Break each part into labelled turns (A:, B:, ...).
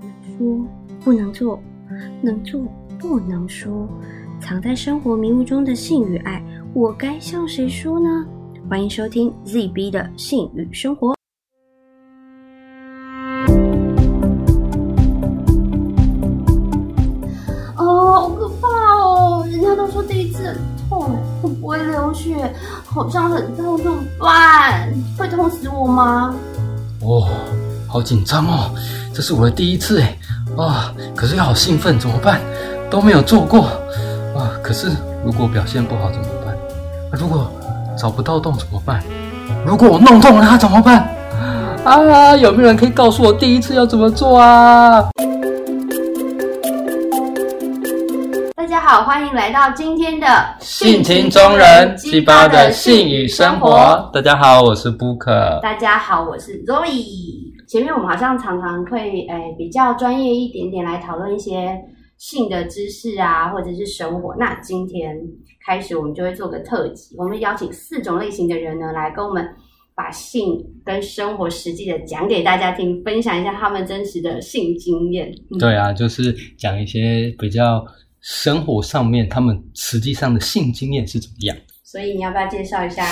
A: 能说不能做，能做不能说，藏在生活迷雾中的性与爱，我该向谁说呢？欢迎收听 ZB 的性与生活。
B: 哦，好可怕哦！人家都说第一次很痛，会不会流血？好像很痛，怎么办？会痛死我吗？
C: 哦，好紧张哦，这是我的第一次哎，啊，可是又好兴奋，怎么办？都没有做过啊，可是如果表现不好怎么办？啊如果找不到洞怎么办？如果我弄痛了它怎么办？啊，有没有人可以告诉我第一次要怎么做啊？
B: 大家好，欢迎来到今天的
C: 性情中人，鸡巴的性与生活。。大家好，我是 Booker。
B: 大家好，我是 Zoe。前面我们好像常常会诶、呃比较专业一点点来讨论一些性的知识啊，或者是生活。那今天开始，我们就会做个特辑，我们邀请四种类型的人呢，来跟我们把性跟生活实际的讲给大家听，分享一下他们真实的性经验。嗯、
C: 对啊，就是讲一些比较生活上面他们实际上的性经验是怎么样。
B: 所以你要不要介绍 一下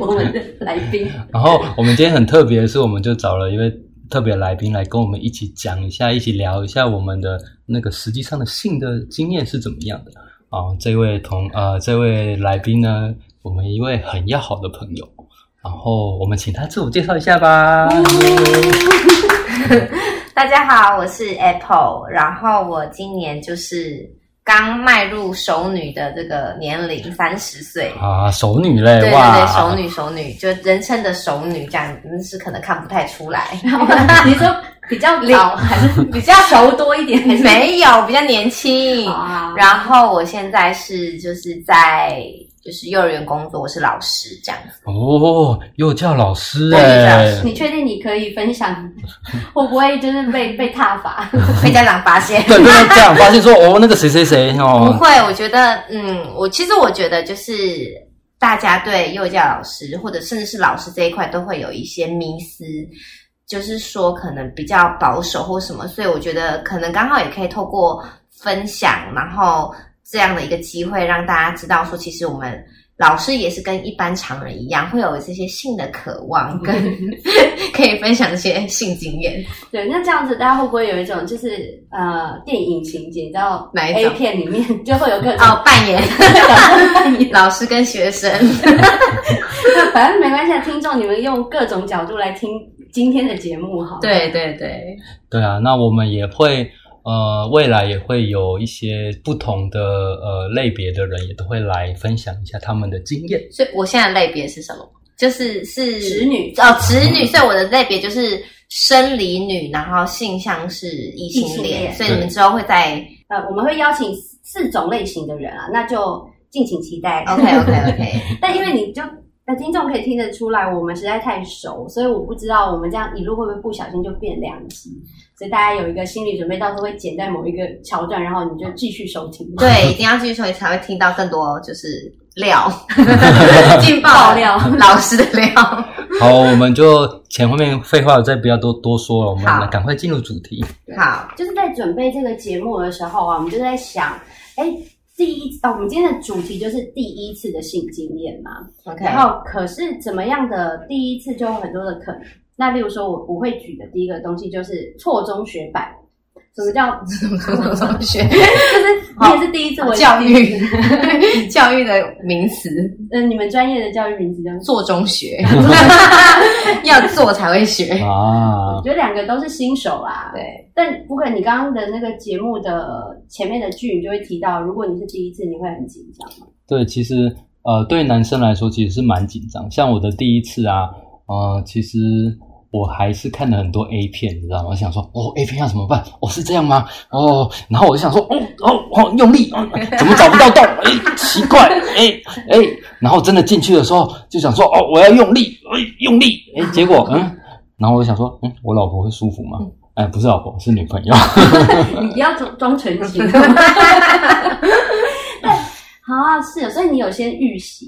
B: 我们的来宾？
C: 然后我们今天很特别的是，我们就找了一位特别来宾来跟我们一起讲一下，一起聊一下我们的那个实际上的性的经验是怎么样的。啊，这位同呃这位来宾呢，我们一位很要好的朋友，然后我们请他自我介绍一下吧。
D: 嗯大家好，我是 Apple，然后我今年就是刚迈入熟女的这个年龄，三十岁。
C: 啊，熟女嘞，
D: 对对
C: 哇，
D: 对，熟女熟女，就人称的熟女，这样但是可能看不太出来，
B: 你说比较老还是比较熟多一点？还是
D: 没有比较年轻。
B: 啊
D: 然后我现在是就是在就是幼儿园工作，我是老师这样 子。
C: 哦，幼教老师
D: 对幼教老
C: 哎
D: 师，
B: 你确定你可以分享？ 会不会就是被被踏伐？
D: 被家长发现，
C: 对，就是这样发现说，哦，那个谁谁谁
D: 不
C: 哦，
D: 会，我觉得，嗯，我其实我觉得就是大家对幼教老师或者甚至是老师这一块都会有一些迷思，就是说可能比较保守或什么，所以我觉得可能刚好也可以透过分享，然后这样的一个机会让大家知道说，其实我们。老师也是跟一般常人一样，会有这些性的渴望， 跟可以分享一些性经验。
B: 对，那这样子大家会不会有一种就是呃电影情节，你知道
D: 哪一
B: A
D: 种
B: 片里面 就会有各种
D: 哦，扮演
B: 角色扮演？
D: 老师跟学生，
B: 反正没关系，啊听众你们用各种角度来听今天的节目哈。
D: 对对对。
C: 对啊，那我们也会呃，未来也会有一些不同的呃类别的人也都会来分享一下他们的经验。
D: 所以我现在的类别是什么？就是是
B: 直女
D: 哦，直女。所以我的类别就是生理女，然后性向是异
B: 异
D: 性
B: 性
D: 恋。
B: 恋
D: 所以你们之后会在
B: 呃，我们会邀请四四种类型的人啊，那就敬请期待。
D: OK OK OK
B: 但因为你就那听众可以听得出来，我们实在太熟，所以我不知道我们这样一路会不会不小心就变两集，所以大家有一个心理准备，到时候会剪在某一个桥段，然后你就继续收听。
D: 对，一定要继续收听，才会听到更多就是 料劲爆
B: 爆料
D: 老师的料。
C: 好，我们就前后面废话再不要多多说了，我们
D: 好
C: 赶快进入主题。
D: 好，
B: 就是在准备这个节目的时候啊，我们就在想，哎，第一啊、我们今天的主题就是第一次的性经验嘛。
D: OK，
B: 然后可是怎么样的第一次就有很多的可能。那例如说我我会举的第一个东西就是错中学版，什 么叫？
D: 中 学
B: 就是你也是第一次我也是
D: 教
B: 第一次
D: 育 教育的名词，
B: 嗯，你们专业的教育名词叫什么？
D: 做 中学要做才会学。
C: 啊
B: 我，觉得两个都是新手啦。
D: 对。
B: 但不过你刚刚的那个节目的前面的剧，你就会提到，如果你是第一次，你会很紧张吗？
C: 对，其实呃，对男生来说其实是蛮紧张。像我的第一次啊，呃，其实我还是看了很多 A 片，你知道吗？我想说，哦，A 片要怎么办？哦，是这样吗？哦，然后我就想说，哦哦哦，用力、哦，怎么找不到洞？哎，奇怪，哎哎，然后真的进去的时候就想说，哦，我要用力，哎，用力，哎，结果嗯，然后我就想说，嗯，我老婆会舒服吗？
D: 嗯
C: 哎，不是老婆，是女朋友。
B: 你不要装装纯 情。好啊啊，是，所以你有先预习，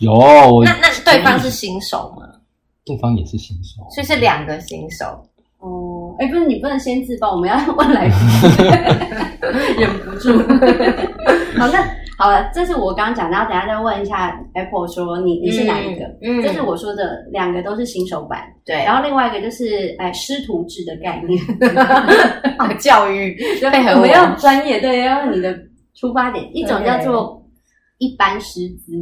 C: 有，我
D: 那那对方是新手吗？
C: 对方也是新手，
D: 所以是两个新手。
B: 哦，哎，不是，你不能先自爆，我们要问来宾， 忍不住。好，那好了，这是我刚刚讲的，然后等一下再问一下 Apple 说你你是哪一个？
D: 嗯，嗯
B: 这是我说的，两个都是新手版，
D: 对，
B: 然后另外一个就是哎师徒制的概 念，
D: 后教 育配合
B: 我
D: 我
B: 们要专业，对，要用你的出发点。一种叫做一般师 资，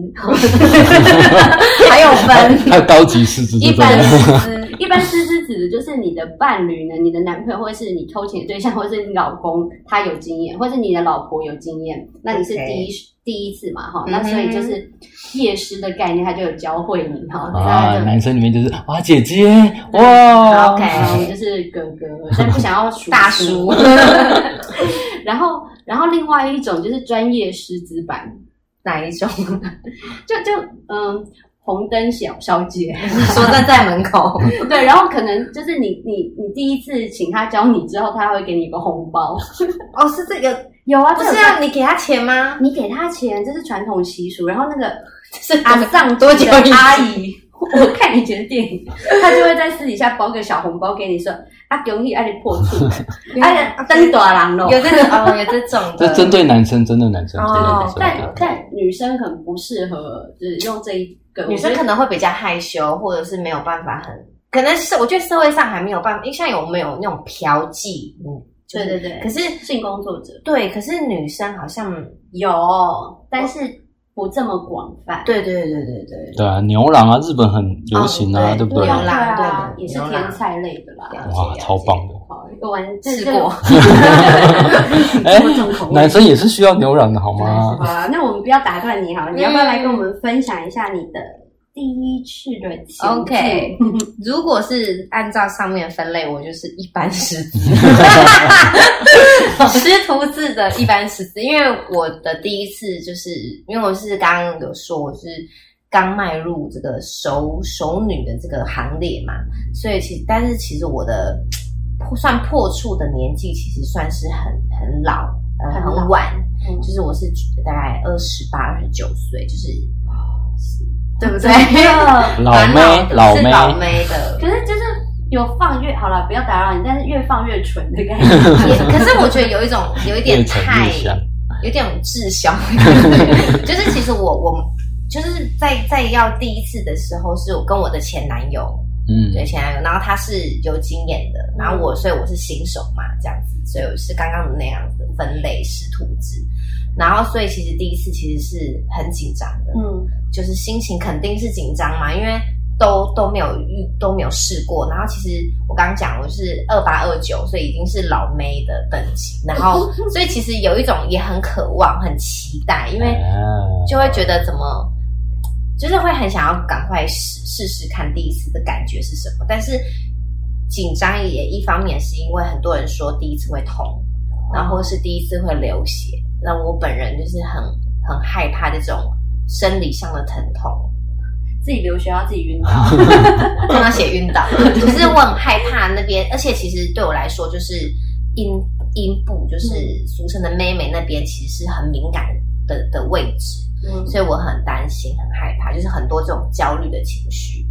D: 还有 分
C: 还有高级师资
D: 一
C: 这种
D: 般师资，
B: 一般师资指的就是你的伴侣呢，你的男朋友，或者是你偷情的对象，或者是你老公，他有经验，或者是你的老婆有经验，那你是
D: OK
B: 第一第一次嘛，哈，
D: 嗯哼
B: 那所以就是夜师的概念，他就有教会你
D: 哦
B: 哈，
D: 嗯
C: 啊，
B: 在
C: 男生里面就是哇姐姐 哇
D: OK
B: 然后就是哥哥，但不想要数
D: 大叔
B: 然后，然后另外一种就是专业师资版，
D: 哪一种？
B: 就就嗯，红灯小小姐，
D: 说站在门口，
B: 对，然后可能就是你你你第一次请他教你之后，他会给你一个红包。
D: 哦，是这个，
B: 有啊
D: 不
B: 这
D: 是
B: 有
D: 啊？你给他钱吗？
B: 你给他钱，这是传统习俗。然后那 个
D: 这是
B: 阿上
D: 多久以前
B: 阿姨，我看以前的电影，她就会在私底下包个小红包给你说，啊，恭喜啊，你破 处，啊，登大郎咯。
D: 有这种哦，有这种
C: 这
D: 的，
C: 针对男生，针对男生，
D: 哦
C: 针对男生
B: 但
C: 对
B: 但女生可能不适合，就是用这一个。
D: 女生可能会比较害羞，或者是没有办法很，可能是我觉得社会上还没有办法，因为像有没有那种嫖妓，嗯，就
B: 对对
D: 是
B: 对，
D: 可是
B: 性工作者
D: 对，可是女生好像，
B: 有，但是不这么广泛。
D: 对对对对对，
C: 对啊，牛郎啊，日本很流行啊，
D: 哦
C: 对
D: 对
C: 不
D: 牛
C: 对？
D: 郎
B: 啦，
D: 对
B: 啊
D: 啦，
B: 也是
D: 牛郎
B: 天菜类的啦。
D: 了解
C: 哇，超棒的！
B: 好，我玩
D: 吃过，
C: 哎
B: 这种口味
C: 男生也啊是需要牛郎的好吗
B: 好？啦，那我们不要打断你好了，你要不要来跟我们分享一下你的第一次的情境
D: OK，如果是按照上面分类，我就是一般识 字，师徒制的一般识字。因为我的第一次就是，因为我是刚刚有说我是刚迈入这个熟熟女的这个行列嘛，所以其但是其实我的算破处的年纪其实算是很很老，呃，
B: 很老
D: 很晚，
B: 嗯
D: 就是我是大概二十八、二十九岁，就是。对 不对？
C: 老
D: 蛮
C: 妹，
D: 老的是
C: 妹
D: 老，妹 的。
B: 可是就是有放越好了，不要打扰你，但是越放越纯的感觉。
D: 也可是我觉得有一种有一
C: 越
D: 点
C: 沉
D: 太
C: 越香。
D: 有点 滞销，就是其实我我就是在在要第一次的时候，是我跟我的前男友，
C: 嗯，
D: 对前男友，然后他是有经验的，然后我所以我是新手嘛，这样子，所以我是刚刚的那样子分类师徒制，然后所以其实第一次其实是很紧张的，
B: 嗯，
D: 就是心情肯定是紧张嘛，因为都都没有遇都没有试过。然后其实我刚刚讲我是二八二九，所以已经是老妹的等级。然后所以其实有一种也很渴望、很期待，因为
C: 啊
D: 就会觉得怎么，就是会很想要赶快试试试看第一次的感觉是什么。但是紧张也一方面是因为很多人说第一次会痛，然后是第一次会流血。那我本人就是很很害怕这种生理上的疼痛，
B: 自己留学要自己晕倒。
D: 啊碰到血晕倒，就是我很害怕那边。而且其实对我来说，就是阴阴部，就是俗称的妹妹那边，其实是很敏感的的位置。
B: 嗯，
D: 所以我很担心、很害怕，就是很多这种焦虑的情绪。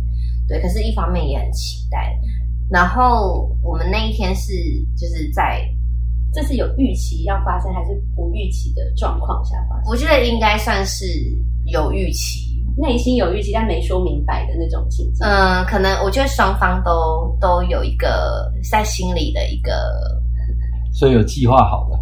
D: 对，可是一方面也很期待。然后我们那一天是就是在，
B: 这是有预期要发生还是不预期的状况下发生？
D: 我觉得应该算是有预期，
B: 内心有预期但没说明白的那种情境。
D: 嗯，可能我觉得双方都都有一个在心里的一个，
C: 所以有计划好 了，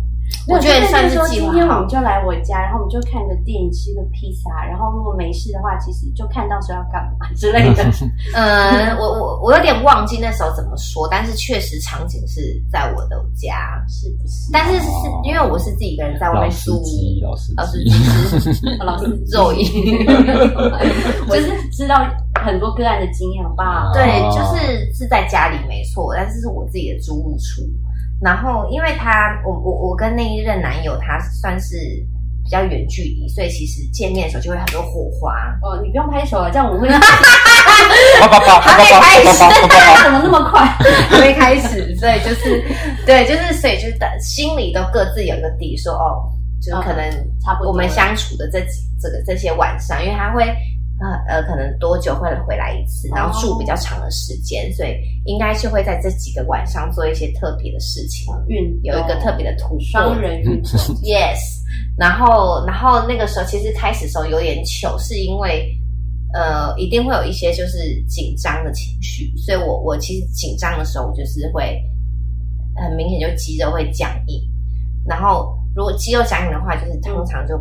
B: 没有
D: 我觉得算是
B: 就是
D: 计
B: 说
D: 划
B: 今天我
D: 好
B: 们。就来我家，然后我们就看着电影，吃个披萨，然后如果没事的话，其实就看到时候要干嘛之类 的。哦
D: 嗯，我我我有点忘记那时候怎么说，但是确实场景是在我的家，
B: 是不是？
D: 但是是因为我是自己一个人在外
C: 老
D: 面
C: 司
D: 住，
C: 机，老司
D: 老师
C: 机，
B: 老师
D: 肉衣。
B: 我是知道很多个案的经验，好不好？
D: 对，
C: 哦
D: 就是是在家里没错，但是是我自己的租屋处。然后，因为他，我我我跟那一任男友，他算是比较远距离，所以其实见面的时候就会很多火花。
B: 哦，你不用拍手了，这样我会。
C: 叭叭叭叭叭叭叭叭叭，
B: 怎么那么快？
D: 还没开始，所以就是，对，就是，所以就是的心里都各自有一个底，说哦，就是可能
B: 差不多了
D: 我们相处的这几这个这些晚上，因为他会那呃，可能多久会回来一次，然后住比较长的时间，所以应该是会在这几个晚上做一些特别的事情，
B: 运
D: 有一个特别的突破。
B: 双哦人运
D: 嗯
B: 动，
D: Yes，然后然后那个时候其实开始的时候有点糗，是因为呃一定会有一些就是紧张的情绪，所以我我其实紧张的时候我就是会很明显就肌肉会僵硬，然后如果肌肉僵硬的话，就是通常就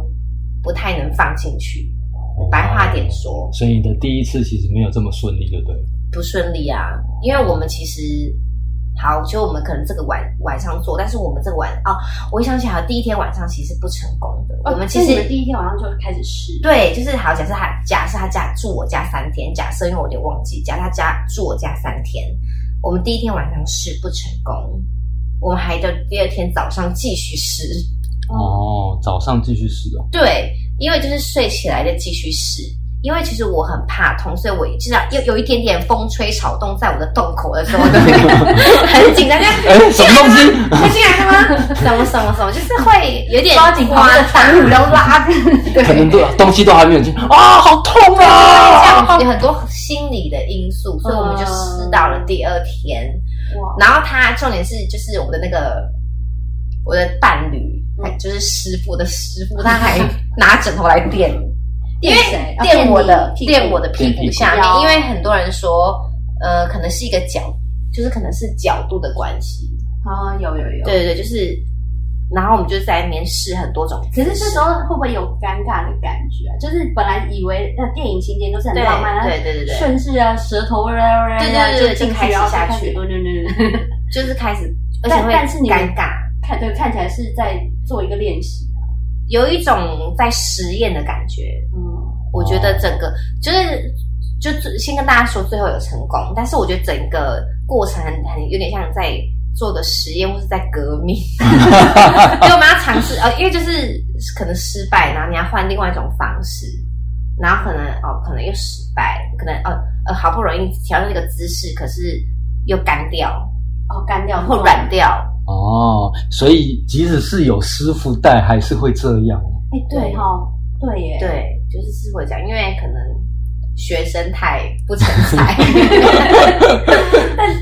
D: 不太能放进去。 白话点说
C: 所以你的第一次其实没有这么顺利，就对了。
D: 不顺利啊，因为我们其实。好，就我们可能这个晚晚上做，但是我们这个晚哦，我一想起来，第一天晚上其实不成功的。我们其
B: 哦所以
D: 实
B: 你们第一天晚上就开始试，
D: 对，就是好，假设他假设他家住我家三天，假设因为我有点忘记，假设他家住我家三天，我们第一天晚上试不成功，我们还得第二天早上继续试，
C: 哦，早上继续试哦。
D: 对，因为就是睡起来再继续试。因为其实我很怕痛，所以我至少有有一点点风吹草动在我的洞口的时候， 我都会很紧张，这样
C: 哎，什么东 西？
D: 快进来了吗？ 什么什么什么，就是会有点
B: 抓紧旁
D: 夸
B: 边的长，
D: 张
B: 然后拉着，
C: 可能都东西都还没有进啊，好痛
D: 这
C: 啊！
D: 样有很多心理的因素，所以我们就试到了第二天。
B: 哇，
D: 然后他重点是，就是我的那个我的伴侣，还就是师傅的师傅，他还拿枕头来垫
B: 垫谁？啊
D: 垫我的
B: 你屁股
D: 垫我的屁
C: 垫屁
D: 股
C: 股
D: 下面，
B: 腰
D: 因为很多人说，呃，可能是一个角，就是可能是角度的关系。
B: 啊，有有有，。
D: 对对对，就是。然后我们就在那边试很多种姿
B: 可
D: 势，
B: 是这时候会不会有尴尬的感觉啊？就是本来以为那电影情节都是很
D: 对
B: 浪漫，
D: 对对对对，
B: 顺势啊，舌头 啦啦啦，
D: 对对对
B: 就
D: 对
B: 进
D: 就开
B: 去，
D: 始
B: 然后就
D: 下
B: 开始
D: 去
B: 嗯嗯嗯，
D: 就是开始，而且
B: 但
D: 会
B: 但是你
D: 尴尬，
B: 看对，看起来是在做一个练习，
D: 有一种在实验的感觉。
B: 嗯，
D: 我觉得整个就是就最先跟大家说，最后有成功，但是我觉得整个过程很很有点像在做个实验或是在革命，因为我们要尝试呃，因为就是可能失败，然后你要换另外一种方式，然后可能哦，可能又失败，可能呃呃，好不容易调整这个姿势，可是又干掉
B: 哦，干掉
D: 或软。掉，
C: 哦，所以即使是有师傅带，还是会这 样。
B: 哎，对哈，对耶，，
D: 对，就是是会这样，因为可能学生太不成才。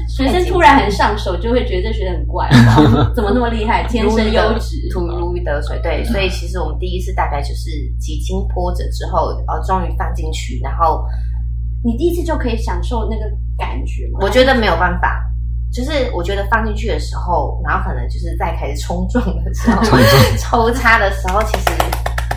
B: 学生突然很上手，就会觉得这学生很 怪，哇怎么那么厉害，天生嗯优质，
D: 如如鱼得水。对，所以其实我们第一次大概就是几经波折之后，哦，终于放进去，然后
B: 你第一次就可以享受那个感觉吗？
D: 我觉得没有办法，就是我觉得放进去的时候，然后可能就是在开始冲撞的时候， 抽插的时候，其实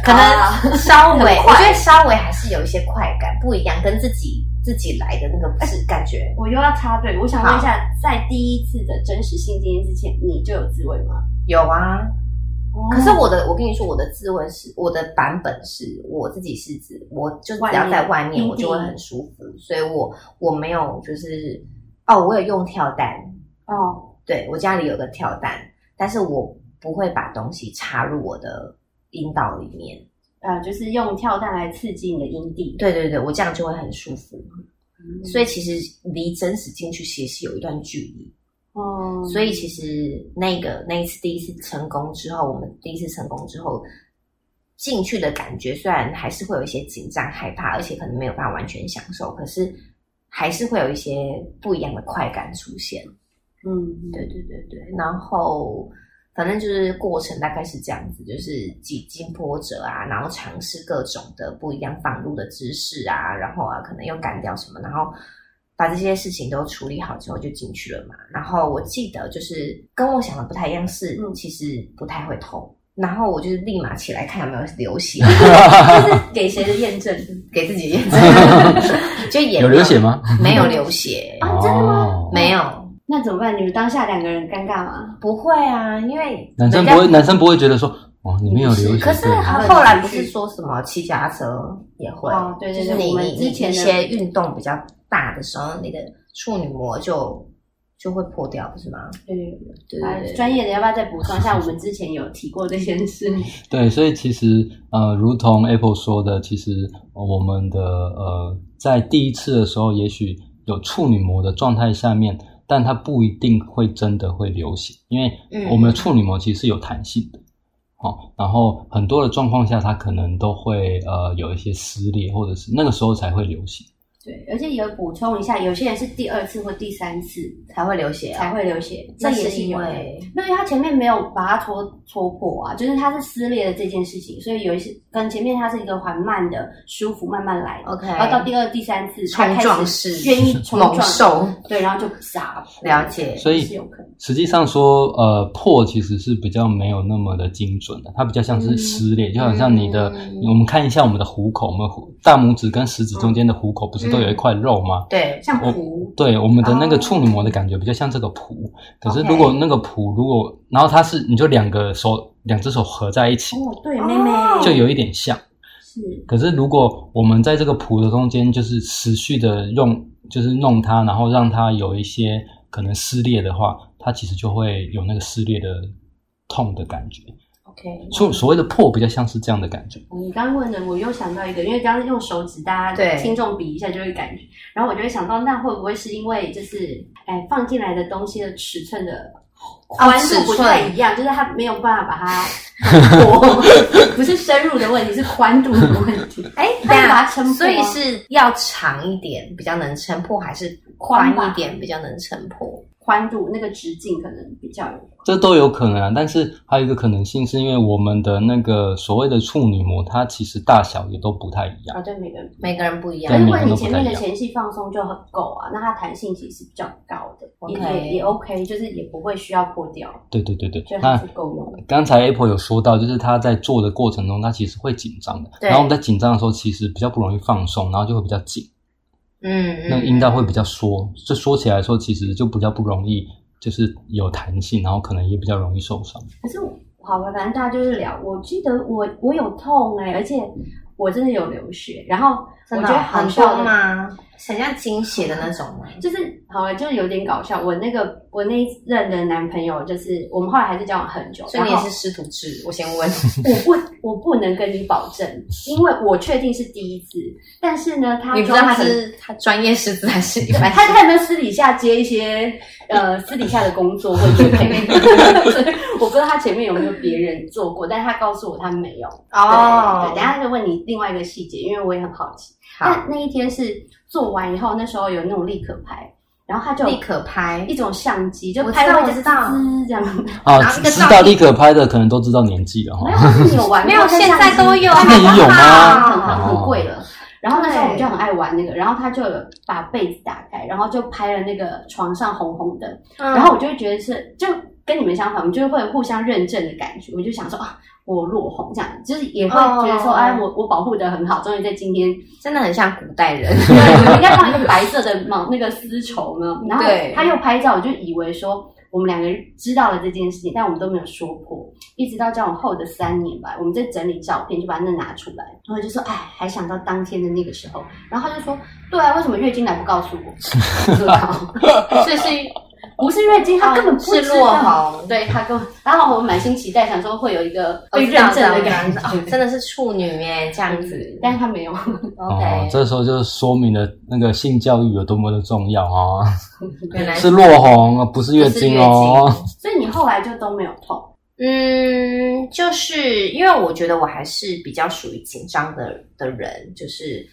D: 可能 稍微，
B: 啊很
D: 我
B: 快
D: 觉得稍微还是有一些快感，不一样，跟自己自己来的那
B: 哎
D: 个是感觉。
B: 我又要插队，我想问一下，在第一次的真实性经验之前，你就有自慰吗？
D: 有啊，
B: 可
D: 可是
B: 是我
D: 我的，我跟你说，我的自慰是我的版本是我自己是指，我就只要在外
B: 外面
D: 面，我就会很舒服，所以我我没有就是哦，我有用跳蛋，
B: 哦，
D: 对我家里有个跳蛋，但是我不会把东西插入我的阴道里面。
B: 呃，就是用跳蛋来刺激你的阴蒂，
D: 对对对，我这样就会很舒服，
B: 对
D: 所以其实离真实进去其实是有一段距离。
B: 哦，
D: 所以其实那个那一次第一次成功之后，我们第一次成功之后进去的感觉，虽然还是会有一些紧张、害怕，而且可能没有办法完全享受，可是还是会有一些不一样的快感出现。
B: 嗯，
D: 对
B: 对，
D: 对对对，然后反正就是过程大概是这样子，就是几经波折啊，然后尝试各种的不一样放入的姿势啊，然后啊可能又干掉什么，然后把这些事情都处理好之后就进去了嘛。然后我记得就是跟我想的不太一样是，
B: 嗯
D: 其实不太会痛。然后我就是立马起来看有没有流血，
B: 就是给谁的验证？
D: 给自己验证，就也
C: 有
D: 没
C: 流血？吗？
D: 没有流血，
B: 啊真的吗
C: 哦
D: 没有，
B: 那怎么办？你们当下两个人尴尬吗？
D: 不会啊，因为
C: 男生
D: 人
C: 不
D: 家
C: 会，男生不会觉得说，哦，你没有流血。
D: 可是
C: 对
B: 啊
D: 后来不是说什么骑脚踏车也会，
B: 哦对对对
D: 就是你
B: 我们
D: 你
B: 之前
D: 你
B: 的
D: 一些运动比较大的时候，你的处女膜就就会破掉，不是吗？
B: 对，
D: 对
B: 啊
D: 对，对。
B: 专业的要不要再补充一下？我们之前有提过这件事，
D: 嗯
C: 对，所以其实呃，如同 Apple 说的，其实呃我们的呃，在第一次的时候，也许有处女膜的状态下面，但它不一定会真的会流血，因为
D: 嗯
C: 我们的处女膜其实是有弹性的。哦，然后很多的状况下，它可能都会呃有一些撕裂，或者是那个时候才会流行。
B: 对，而且有补充一下，有些人是第二次或第三次
D: 才会流血
B: 才
D: 啊。
B: 会流血，这
D: 那
B: 也
D: 是
B: 是
D: 因
B: 有的。
D: 为
B: 因为它前面没有把它戳戳破啊，就是它是撕裂的这件事情，所以有一些跟前面它是一个缓慢的、舒服、慢慢来的。
D: OK，
B: 然后到第二、第三次，它
D: 冲
B: 开
D: 撞
B: 始
D: 式
B: 愿意冲
D: 猛
B: 撞，
D: 兽，
B: 对，然后就砸破。
D: 了解
C: 所以
B: 是有可能。
C: 实际上说，呃，破其实是比较没有那么的精准的，它比较像
B: 嗯
C: 是撕裂，就好像你的，
D: 嗯
C: 我们看一下我们的虎口，我们虎大拇指跟食指中间的虎口不是都有一块肉吗？
D: 对，
B: 像
C: 我
B: 蹼，
C: 对，我们的那个
B: 哦
C: 处女膜的感觉比较像这个蹼，可是
D: OK
C: 如果那个蹼如果，然后它是你就两个手两只手合在一起，
B: 哦，对，
D: 哦
B: 妹妹
C: 就有一点像。
B: 是
C: 可是如果我们在这个蹼的中间，就是持续的用，就是弄它，然后让它有一些可能撕裂的话，它其实就会有那个撕裂的痛的感觉。
D: OK，
C: 所所谓的破比较像是这样的感觉。
B: 你刚问的，我又想到一个，因为刚刚用手指，大家
D: 对
B: 听众比一下就会感觉，然后我就会想到，那会不会是因为就是，哎，放进来的东西的尺寸的宽度不太一样，就是它没有办法把它 磨，不是深入的问题，是宽度的问 题。
D: 哎，
B: 那要把它
D: 那
B: 撑破啊
D: 所以是要长一点比较能撑破，还是宽一点比较能撑破？
B: 宽度那个直径可能比较有关，
C: 这都有可能啊，但是还有一个可能性，是因为我们的那个所谓的处女膜，它其实大小也都不太一样。
B: 啊，对每个人不一样。可是如
C: 对每
D: 每个人不一样
B: 果
C: 个人
B: 你
C: 都不
B: 前
C: 太
B: 面
C: 一
B: 的
C: 样
B: 前戏放松就很够啊，那它弹性其实是比较高的也
D: OK
B: 也也 OK，就是也不会需要破掉，
C: 对对对对
B: 就，还
C: 那
B: 是够用的。
C: 刚才 Apple 有说到，就是他在做的过程中，他其实会紧张的。
D: 对
C: 然后我们在紧张的时候，其实比较不容易放松，然后就会比较紧，
D: 嗯，嗯
C: 那阴道会比较缩。这缩起来的时候，其实就比较不容易，就是有弹性，然后可能也比较容易受伤。
B: 可是我好吧，反正大家就是聊。我记得我我有痛哎、而且我真的有流血。然后我
D: 真的
B: 觉得好
D: 很
B: 笑
D: 痛啊
B: 的，
D: 吗？很像经血的那种吗？
B: 就是好了，就是有点搞笑。我那个我那一任的男朋友，就是我们后来还是交往很久，
D: 所以
B: 然
D: 你也
B: 后
D: 是师徒制，我先问。
B: 我不我不能跟你保证，因为我确定是第一次。但是呢，他
D: 你不知道
B: 装
D: 他
B: 成
D: 是他专业师资 还是一
B: 他
D: 般？
B: 他有没有私底下接一些呃 私底下的工作或者配？ 我不知道他前面有没有别人做过，但是他告诉我他没有。对，对等一下就问你另外一个细节，因为我也很好奇。
D: 哦好
B: 但，哦那一天是做完以后，那时候有那种立可拍，然后他就
D: 立可拍
B: 一，种相机，就
D: 我知道
B: 拍到
D: 我知道
B: 滋这样。
C: 啊
D: 拿那，个
C: 知
D: 照
C: 道
D: 片
C: 立可拍的可能都知道年纪了哈
B: 没。有，就是你有玩过
D: 没有，
B: 跟
D: 现
B: 相
D: 在
B: 机
D: 都有，
B: 对
C: 那你有吗
D: 好不
B: 很
D: 好
B: 很贵了。然后那时候我们
D: 对
B: 就很爱玩那个，然后他就有把被子打开，然后就拍了那个床上红红的，
D: 嗯
B: 然后我就会觉得是，就跟你们相反，我们就会互相认证的感觉。我就想说啊，我落红这样，就是也会觉得说，
D: 哦
B: 哎，我我保护的很好，终于在今天，
D: 真的很像古代 人。
B: 对，我应该放一个白色的毛那个丝绸呢。然后
D: 对
B: 他又拍照，我就以为说我们两个人知道了这件事情，但我们都没有说破，一直到交往后的三年吧，我们在整理照片，就把那拿出来，然后就说，哎，还想到当天的那个时候，然后他就说，对啊，为什么月经来不告诉我？我就靠
D: 这是
B: 不是月经，他根本不
D: 是
B: 知
D: 落
B: 道。
D: 红，
B: 对他跟我，然后我满心期待，想说会有一个
D: 哦
B: 被
D: 知
B: 认
D: 道
B: 证的
D: 知道
B: 感
D: 知道
B: 觉，
D: 哦真的是处女耶，这样子。
B: 但是他没有。
C: 哦
D: OK，，
C: 这时候就说明了那个性教育有多么的重要啊！
D: 原来
C: 是落红，不是月经哦。
B: 所以你后来就都没有痛，
D: 嗯，就是因为我觉得我还是比较属于紧张的的人，就是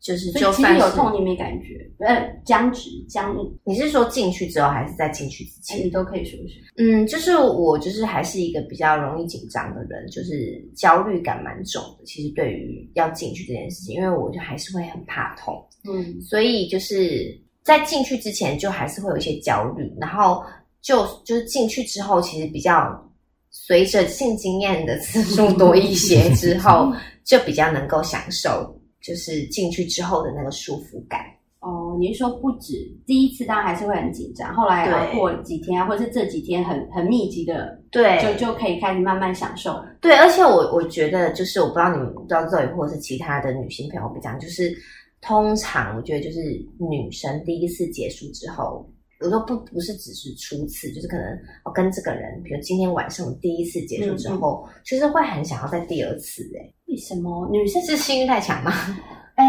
D: 就是
B: 所
D: 就
B: 以其
D: 算
B: 实有
D: 是
B: 痛你没感觉，呃，僵直、僵硬，
D: 你是说进去之后还是在进去之
B: 哎，
D: 前？
B: 你都可以说是。
D: 嗯，就是我就是还是一个比较容易紧张的人，就是焦虑感蛮重的。其实对于要进去这件事情，因为我就还是会很怕痛。
B: 嗯，
D: 所以就是在进去之前就还是会有一些焦虑，然后就就是进去之后，其实比较随着性经验的次数多 一些之后，就比较能够享受就是进去之后的那个舒服感。
B: 哦，你是说不止第一次，当然还是会很紧张，后来
D: 对
B: 熬过几天啊，或者是这几天很很密集的，
D: 对
B: 就就可以开始慢慢享受。
D: 对，而且我我觉得就是我不知道你们不知道 Zoe 或者是其他的女性朋友会不会这样，就是通常我觉得就是女生第一次结束之后，有时候不不是只是初次，就是可能我、哦跟这个人，比如今天晚上我第一次结
B: 嗯
D: 束之后，就是会很想要再第二次、欸，哎，
B: 为什么女生
D: 是性欲太强吗？
B: 哎，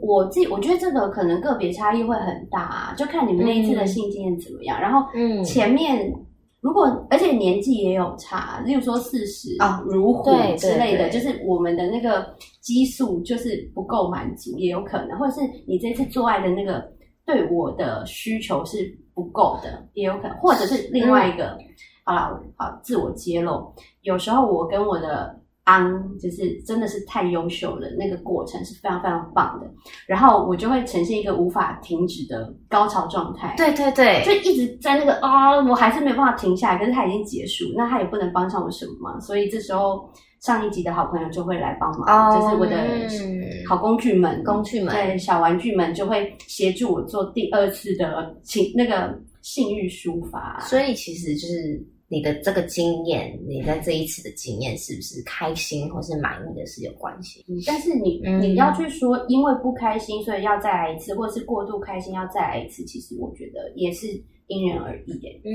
B: 我自己我觉得这个可能嗯 个别差异会很大、啊，就看你们那一次的性经验怎么样。然后，
D: 嗯
B: 前面如果而且年纪也有差，例如说四十
D: 啊
B: 如虎
D: 对
B: 之类的，
D: 对对
B: 就是我们的那个激素就是不够满足，也有可能，或者是你这次做爱的那个对我的需求是不够的，也有可能，或者是另外一个，好啦，好自我揭露，有时候我跟我的昂，就是真的是太优秀了，那个过程是非常非常棒的，然后我就会呈现一个无法停止的高潮状态，
D: 对对对
B: 就，一直在那个啊、我还是没有办法停下来，可是他已经结束，那他也不能帮上我什么嘛，所以这时候上一集的好朋友就会来帮忙，
D: 哦
B: 就是我的
D: 嗯
B: 好工具们，
D: 工具们
B: 对小玩具们就会协助我做第二次的情那个性欲抒发，
D: 所以其实就是你的这个经验，你在这一次的经验是不是开心或是满意的是有关系？
B: 嗯但是你、
D: 嗯
B: 你要去说，因为不开心，所以要再来一次，或是过度开心要再来一次，其实我觉得也是因人而异啊耶。
D: 嗯，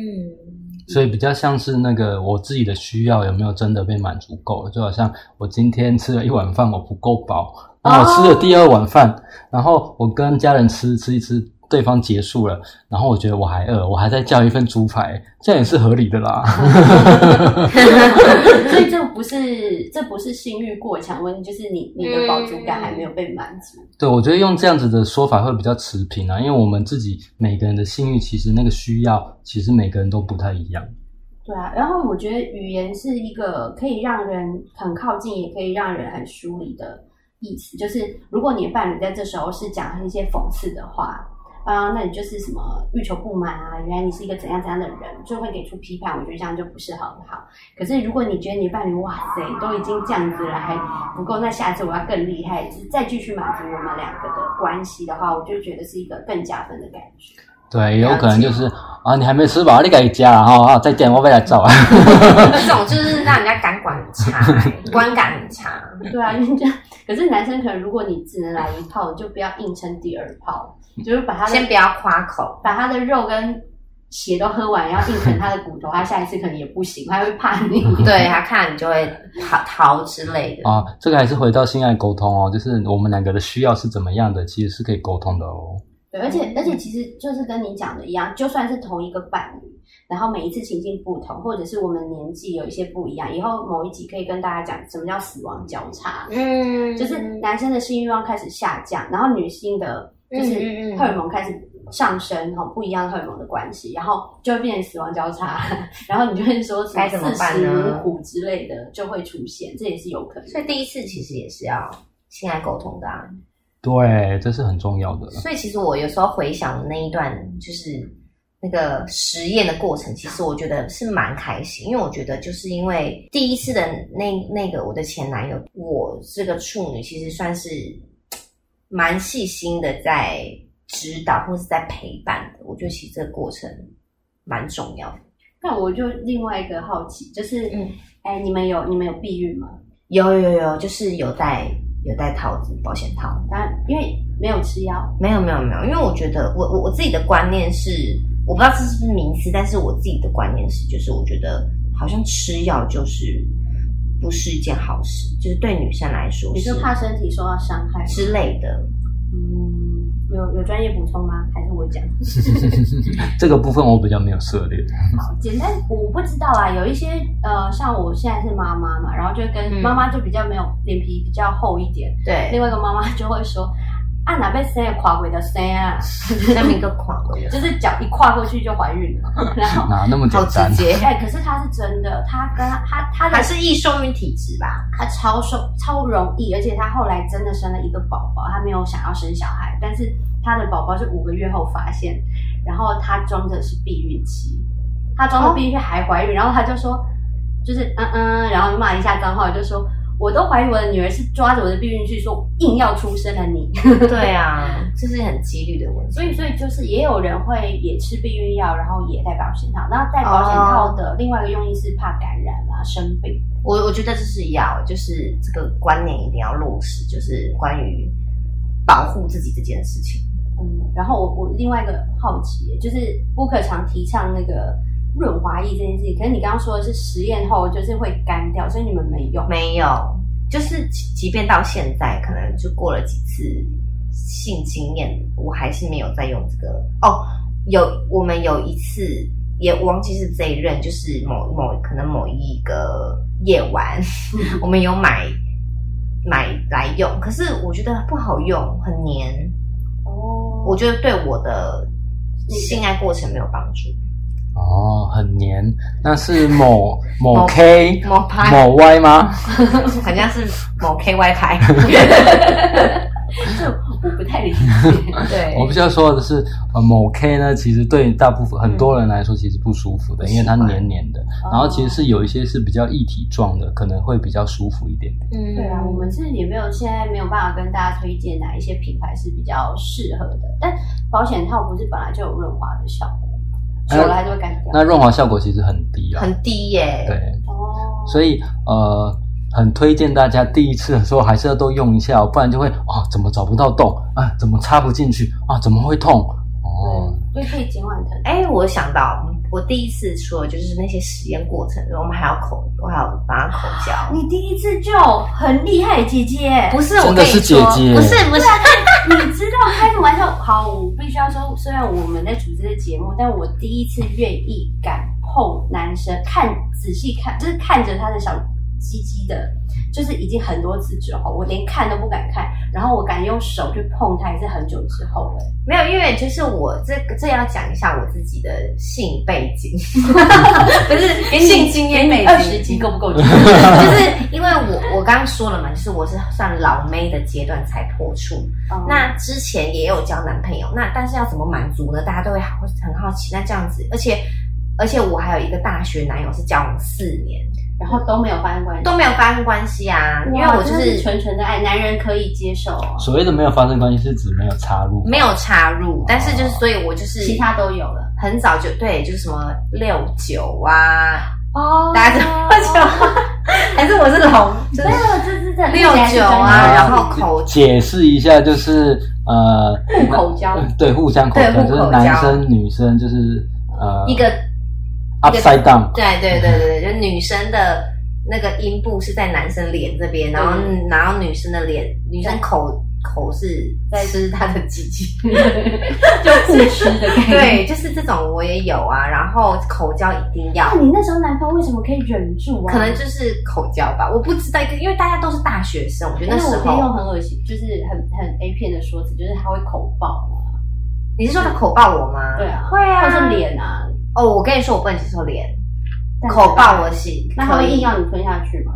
C: 所以比较像是那个我自己的需要有没有真的被满足够了，就好像我今天吃了一碗饭，我不够饱，那我吃
D: 哦
C: 了第二碗饭，然后我跟家人吃吃一吃，对方结束了，然后我觉得我还饿，我还在叫一份猪排，这样也是合理的 啦。
B: 所以这不是这不是性欲过强的问题，就是你你的饱足感还没有被满足。
C: 对，我觉得用这样子的说法会比较持平啊，因为我们自己每个人的性欲其实那个需要，其实每个人都不太一样。
B: 对啊，然后我觉得语言是一个可以让人很靠近，也可以让人很疏离的意思。就是如果你的伴侣在这时候是讲一些讽刺的话，啊，那你就是什么欲求不满啊，原来你是一个怎样怎样的人，就会给出批判。我觉得这样就不是很好。可是如果你觉得你伴侣哇塞都已经这样子了还不够，那下次我要更厉害，就是再继续满足我们两个的关系的话，我就觉得是一个更加分的感觉。
C: 对，也有
D: 了
C: 可能
D: 解
C: 就是啊，你还没吃饱，你赶紧加然后啊，再点我被来找啊。
D: 这种就是让人家感官很差、 欸观感很差。
B: 对啊，人家可是男生可能如果你只能来一炮，就不要硬撑第二炮，就是把他的
D: 先不要夸口，
B: 把他的肉跟血都喝完，然后硬啃他的骨头，他下一次可能也不行，他会怕你。
D: 对他看你就会逃逃之类的。
C: 啊，这个还是回到性爱沟通哦，就是我们两个的需要是怎么样的，其实是可以沟通的哦。
B: 对，而且而且其实就是跟你讲的一样，就算是同一个伴侣，然后每一次情境不同，或者是我们年纪有一些不一样，以后某一集可以跟大家讲什么叫死亡交叉。
D: 嗯
B: 就是男生的性欲望开始下降，然后女性的就是
D: 嗯嗯嗯
B: 荷尔蒙开始上升，哈，不一样荷尔蒙的关系，然后就会变成死亡交叉， 然后你就会说什
D: 该怎么办呢
B: 40虎之类的就会出现，这也是有可能。
D: 所以第一次其实也是要性爱沟通的啊。
C: 对，这是很重要的。
D: 所以其实我有时候回想那一段，就是那个实验的过程，其实我觉得是蛮开心，因为我觉得就是因为第一次的那那个我的前男友，我这个处女其实算是蛮细心的在指导或是在陪伴的，我觉得其实这个过程蛮重要的。
B: 那我就另外一个好奇，就是，哎、
D: 嗯
B: 你们有你们有避孕吗？
D: 有有有，就是有戴有戴套子保险套。
B: 当然，因为没有吃药，
D: 没有没有没有，因为我觉得我我我自己的观念是，我不知道这是不是迷思，但是我自己的观念是，就是我觉得好像吃药就是不是一件好事，就是对女生来说
B: 你
D: 是
B: 就怕身体受到伤害。
D: 之类的。
B: 嗯，有有专业补充吗？还是我 讲？
C: 这个部分我比较没有涉猎。
B: 简单，我不知道啊。有一些呃，像我现在是妈妈嘛，然后就会跟
D: 嗯
B: 妈妈就比较没有脸皮比较厚一点，另
D: 对，
B: 外一个妈妈就会说啊，哪被生也跨过的生啊，
D: 那么 一个狂，
B: 就是脚一跨过去就怀孕了。然后
C: 哪那么简
D: 好直
C: 单？
D: 接，
B: 哎、可是她是真的，她跟她她她
D: 还
B: 的
D: 是易受孕体质 吧？
B: 她超瘦超容易，而且她后来真的生了一个宝宝，她没有想要生小孩，但是她的宝宝是五个月后发现，然后她装的是避孕期，她装的避孕期还怀孕，然后她就说，就是嗯嗯，然后骂一下脏话，就说我都怀疑我的女儿是抓着我的避孕器说硬要出生了你，
D: 对啊，这是很几率的问题。
B: 所以所以就是也有人会也吃避孕药，然后也戴保险套，那戴保险套的另外一个用意是怕感染啊生病。
D: 我我觉得这是要，就是这个观念一定要落实，就是关于保护自己这件事情。
B: 嗯，然后我我另外一个好奇，就是 Booker 常提倡那个润滑液这件事情，可是你刚刚说的是实验后就是会干掉，所以你们没用。
D: 没有，就是即即便到现在，可能就过了几次性经验，我还是没有再用这个。哦，有我们有一次也我忘记是这一任，就是某某可能某一个夜 晚，我们有买买来用，可是我觉得不好用，很黏，
B: 哦
D: 我觉得对我的性爱过程没有帮助。
C: 哦，很黏，那是 某某
D: 某
C: K
D: 某拍
C: 某 Y 吗？
D: 好像是某 KY 牌，
B: 我不太理解。
D: 对，
C: 我比较说的是，呃，某 K 呢，其实对大部分很多人来说其实不舒服的，因为它
D: 习惯
C: 黏黏的。
D: 哦
C: 然后其实是有一些是比较一体状的，可能会比较舒服一点点。
D: 嗯
B: 对啊，我们是也没有现在没有办法跟大家推荐哪一些品牌是比较适合的，但保险套不是本来就有润滑的效果吗，久了它就会干掉。
C: 那润滑效果其实很低啊，
D: 很低耶、
C: 对，
B: 哦，
C: 所以呃，很推荐大家第一次的时候还是要多用一下哦、不然就会啊，怎么找不到洞啊，怎么插不进去啊，怎么会痛？哦，
B: 对，所以可以减缓疼。
D: 哎，我想到我第一次说，就是那些实验过程中，我们还要口，我还要帮他口交。
B: 你第一次就很厉害，姐姐，
D: 不是，我
C: 真的
D: 跟你
C: 是姐
D: 说，
C: 姐
D: 不是不是，
B: 你知道开个玩笑。好，我必须要说，虽然我们在主持这节目，但我第一次愿意敢碰男生，看仔细看，就是看着他的小鸡鸡的，就是已经很多次之后，我连看都不敢看，然后我敢用手去碰他，也是很久之后欸了。
D: 没有，因为就是我这个这要讲一下我自己的性背 景，不是性经验 背景，
B: 二十集够不够？
D: 就是因为我我刚刚说了嘛，就是我是算老妹的阶段才破处，
B: 哦
D: 那之前也有交男朋友，那但是要怎么满足呢？大家都会好很好奇。那这样子，而且而且我还有一个大学男友是交往四年
B: 然后都没有发生关系，
D: 都没有发生关系啊，因为
B: 哇
D: 我就
B: 真的
D: 是
B: 是纯纯的爱，男人可以接受哦，
C: 所谓的没有发生关系是指没有插入，
D: 没有插入，但是就是所以我就是
B: 其他都有了
D: 很早就对，就是什么六九啊，
B: 哦
D: 大家知道六九吗， 还是我是 龙，就
B: 没
D: 是
B: 有，这是在
D: 六九啊，然后口
C: 解释一下，就是呃，
B: 互口交
C: 那对，互相口
D: 对
C: 交，
D: 互口
C: 就是
D: 交
C: 男生女生就是呃
D: 一个
C: upside down，
D: 对对对对，对，就女生的那个阴部是在男生脸这
B: 嗯
D: 边，然后、然后女生的脸，女生口口是在吃她的鸡鸡，
B: 就互吃的概念。
D: 对，就是这种我也有啊。然后口交一定要
B: 那，你那时候男朋友为什么可以忍住啊？
D: 可能就是口交吧，我不知道，因为大家都是大学生，我觉
B: 因
D: 得
B: 为
D: 那时
B: 哎我可以用
D: 候
B: 很恶心，就是很很 A 片的说辞，就是他会口爆嘛，
D: 你是说他口爆我吗？
B: 对啊
D: 会啊，
B: 或是脸啊，
D: 哦，我跟你说，我不能接受脸，
B: 但是
D: 口爆我是
B: 那他
D: 可
B: 会硬
D: 以，
B: 要你吞下去吗？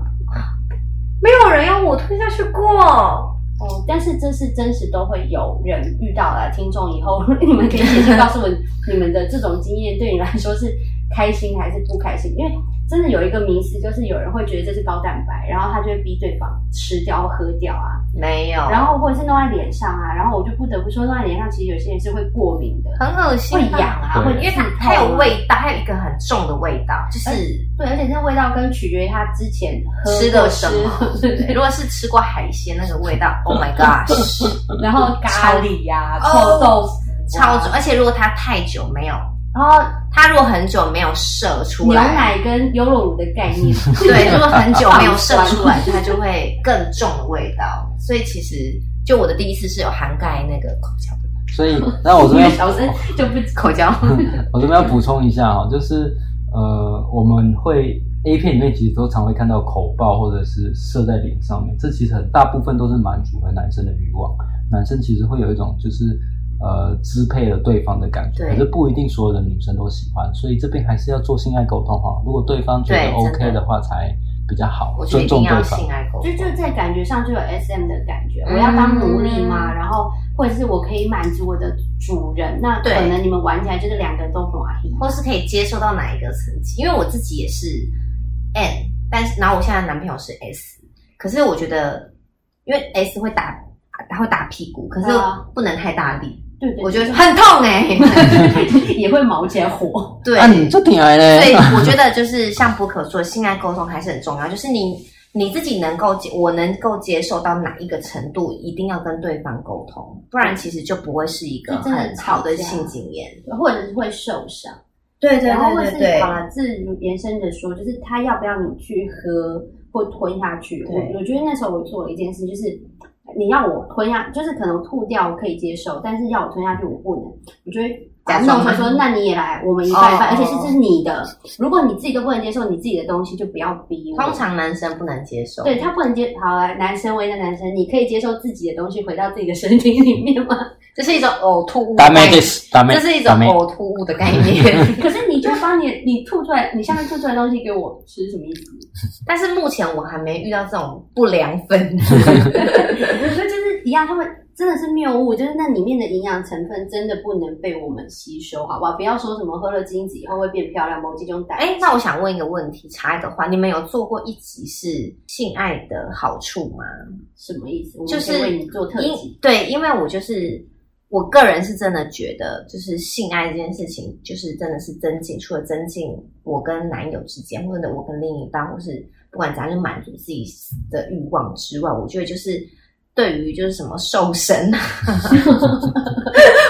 D: 没有人要我吞下去过。
B: 哦，但是这是真实都会有人遇到的，听众以后 你们可以写信告诉我你们的这种经验对你来说是开心还是不开心，因为真的有一个迷思，就是有人会觉得这是高蛋白，然后他就会逼对方吃掉或喝掉啊，
D: 没有，
B: 然后或者是弄在脸上啊，然后我就不得不说弄在脸上，其实有些人是会过敏的，
D: 很恶心
B: 会
D: 吧，
B: 痒啊，
C: 对
B: 会
D: 因为它
B: 刺痛
D: 它
B: 啊
D: 有味道，它有一个很重的味道，就是
B: 哎对，而且那味道跟取决于他之前喝
D: 吃
B: 过
D: 的什么。
B: 吃 对
D: 如果是吃过海鲜，那个味道，Oh my gosh，
B: 然后咖喱呀、臭
D: 超
B: 豆腐、
D: 哦超重。，而且如果它太久没有，
B: 然后
D: 它如果很久没有射出
B: 牛
D: 来，
B: 奶跟优酪乳的概念，
D: 对，如果很久 没有射出来，它就会更重的味道。所以其实就我的第一次是有涵盖那个口交的，
C: 所以那我这边
B: 小声就不
D: 口交
C: 我这边要补充一下哦，就是呃，我们会 A 片里面其实都常会看到口爆或者是射在脸上面，这其实很大部分都是满足了男生的欲望。男生其实会有一种就是呃支配了对方的感觉，
D: 对
C: 可是不一定所有的女生都喜欢，所以这边还是要做性爱沟通哈、如果对方觉得
D: 对真的
C: OK 的话，才比较好
D: 我，觉
C: 尊
D: 得一
C: 重
D: 定
C: 对
D: 要
C: 方。
D: 性爱口交
B: 就就在感觉上就有 S M 的感觉，我要当奴隶吗？然后或者是我可以满足我的主人？那可
D: 对
B: 能你们玩起来就是两个人都很爱，
D: 或是可以接受到哪一个层级？因为我自己也是 N，但是然后我现在的男朋友是 S，可是我觉得因为 S 会打，他会打屁股，可是
B: 啊
D: 不能太大力，
B: 对对对，
D: 我觉得很痛哎、
B: 也会毛起来火，
D: 对，
C: 啊，你这挺矮嘞！
D: 所以我觉得就是像不可说，性爱沟通还是很重要，就是你。你自己能够接，我能够接受到哪一个程度，一定要跟对方沟通，不然其实就不会是一个
B: 这真的
D: 很好的
B: 吵架
D: 性经验。
B: 或者是会受伤。
D: 对对
B: 然后或是好了，自延伸着说，就是他要不要你去喝或吞下去？我
D: 对
B: 我觉得那时候我做了一件事，就是你要我吞下，就是可能吐掉我可以接受，但是要我吞下去我不能，我就会假
D: 假
B: 装
D: 装
B: 他
D: 吗
B: 说那你也来，我们一半一半，
D: 哦
B: 而且是这是你的，如果你自己都不能接受你自己的东西，就不要逼我。
D: 通常男生不能接受，
B: 对他不能接好来，男生为难男生，你可以接受自己的东西回到自己的身体里面吗？
D: 这是一种呕吐物的
C: 达
D: 概
C: 妹
D: 念，
C: this，达妹，
D: 这是一种
C: 达妹，
D: 呕吐物的概 念。
B: 可是你就把你你吐出来，你下面吐出来的东西给我吃，什么意思？
D: 但是目前我还没遇到这种不良 分子，
B: 所以就是一样，他们真的是谬误，就是那里面的营养成分真的不能被我们吸收，好不好？不要说什么喝了精子以后会变漂亮，某几种胆。
D: 哎，那我想问一个问题，插一个话，你们有做过一集是性爱的好处吗？
B: 什么意思？我们
D: 就是
B: 可以为你做特辑
D: 因，对，因为我就是我个人是真的觉得，就是性爱这件事情，就是真的是增进，除了增进我跟男友之间，或者我跟另一半，或是不管怎样，就满足自己的欲望之外，我觉得就是对于就是什么 瘦身啊，